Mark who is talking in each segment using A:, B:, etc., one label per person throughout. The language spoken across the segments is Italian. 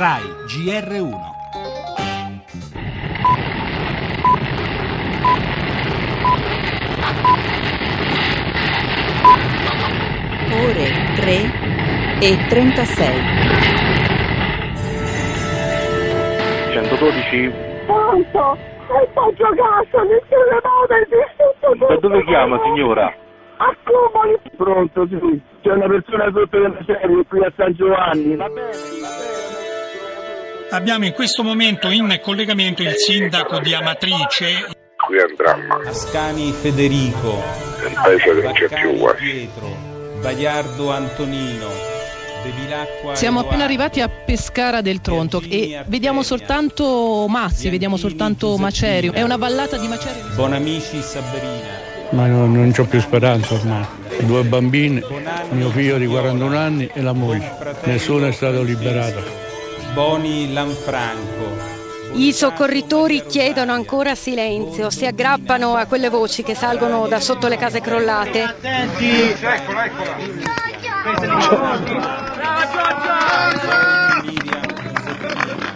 A: RAI GR1.
B: Ore 3 e 36.
C: 112
D: Pronto? E poi giocato, mi chiede nome, distrutto tutto.
C: da dove chiama signora?
D: A Cumoli.
E: Pronto, sì. C'è una persona sotto della serie qui a San Giovanni.
F: Abbiamo in questo momento in collegamento il sindaco di Amatrice.
G: Qui è un dramma,
H: Ascani Federico,
G: è un paese che non c'è più
H: Baccani
G: quasi.
H: Pietro, Bagliardo Antonino, Bevilacqua
I: Siamo appena
H: Edoardo,
I: arrivati a Pescara del Tronto e
H: Virginia,
I: vediamo
H: Artemia,
I: soltanto massi,
H: Bianchini,
I: vediamo soltanto
H: Giuseppina.
I: macerio. È una vallata di macerio.
H: Bonamici Sabrina,
J: Ma no- non c'ho più speranza ormai. Due bambine,
H: Bonanni,
J: mio figlio di
H: Viola,
J: 41 anni e la moglie.
H: confratello
J: Nessuno è stato
H: Francesco,
J: liberato.
H: Boni Lanfranco.
K: I soccorritori chiedono ancora silenzio, si aggrappano a quelle voci che salgono da sotto le case crollate.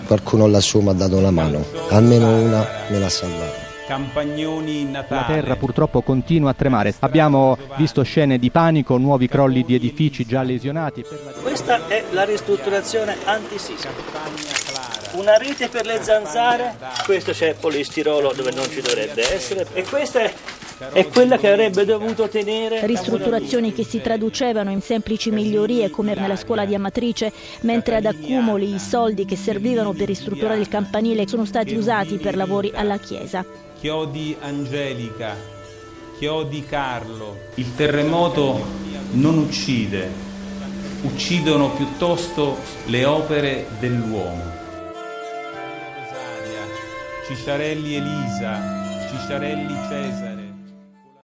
L: Qualcuno lassù mi ha dato una mano, almeno una me l'ha salvata.
H: Campagnoni Natale.
M: La terra purtroppo continua a tremare. Abbiamo visto scene di panico, nuovi crolli di edifici già lesionati.
N: Questa è la ristrutturazione antisismica.
H: Campagna Clara.
N: Una rete per le zanzare, questo c'è polistirolo dove non ci dovrebbe essere e questa è, è quella che avrebbe dovuto tenere
O: Ristrutturazioni che si traducevano in semplici migliorie come nella scuola di Amatrice, mentre ad accumuli i soldi che servivano per ristrutturare il campanile sono stati usati per lavori alla chiesa.
H: Chiodi Angelica, Chiodi Carlo. Il terremoto non uccide, uccidono piuttosto le opere dell'uomo. Rosaria, Cicciarelli Elisa, Cicciarelli Cesare.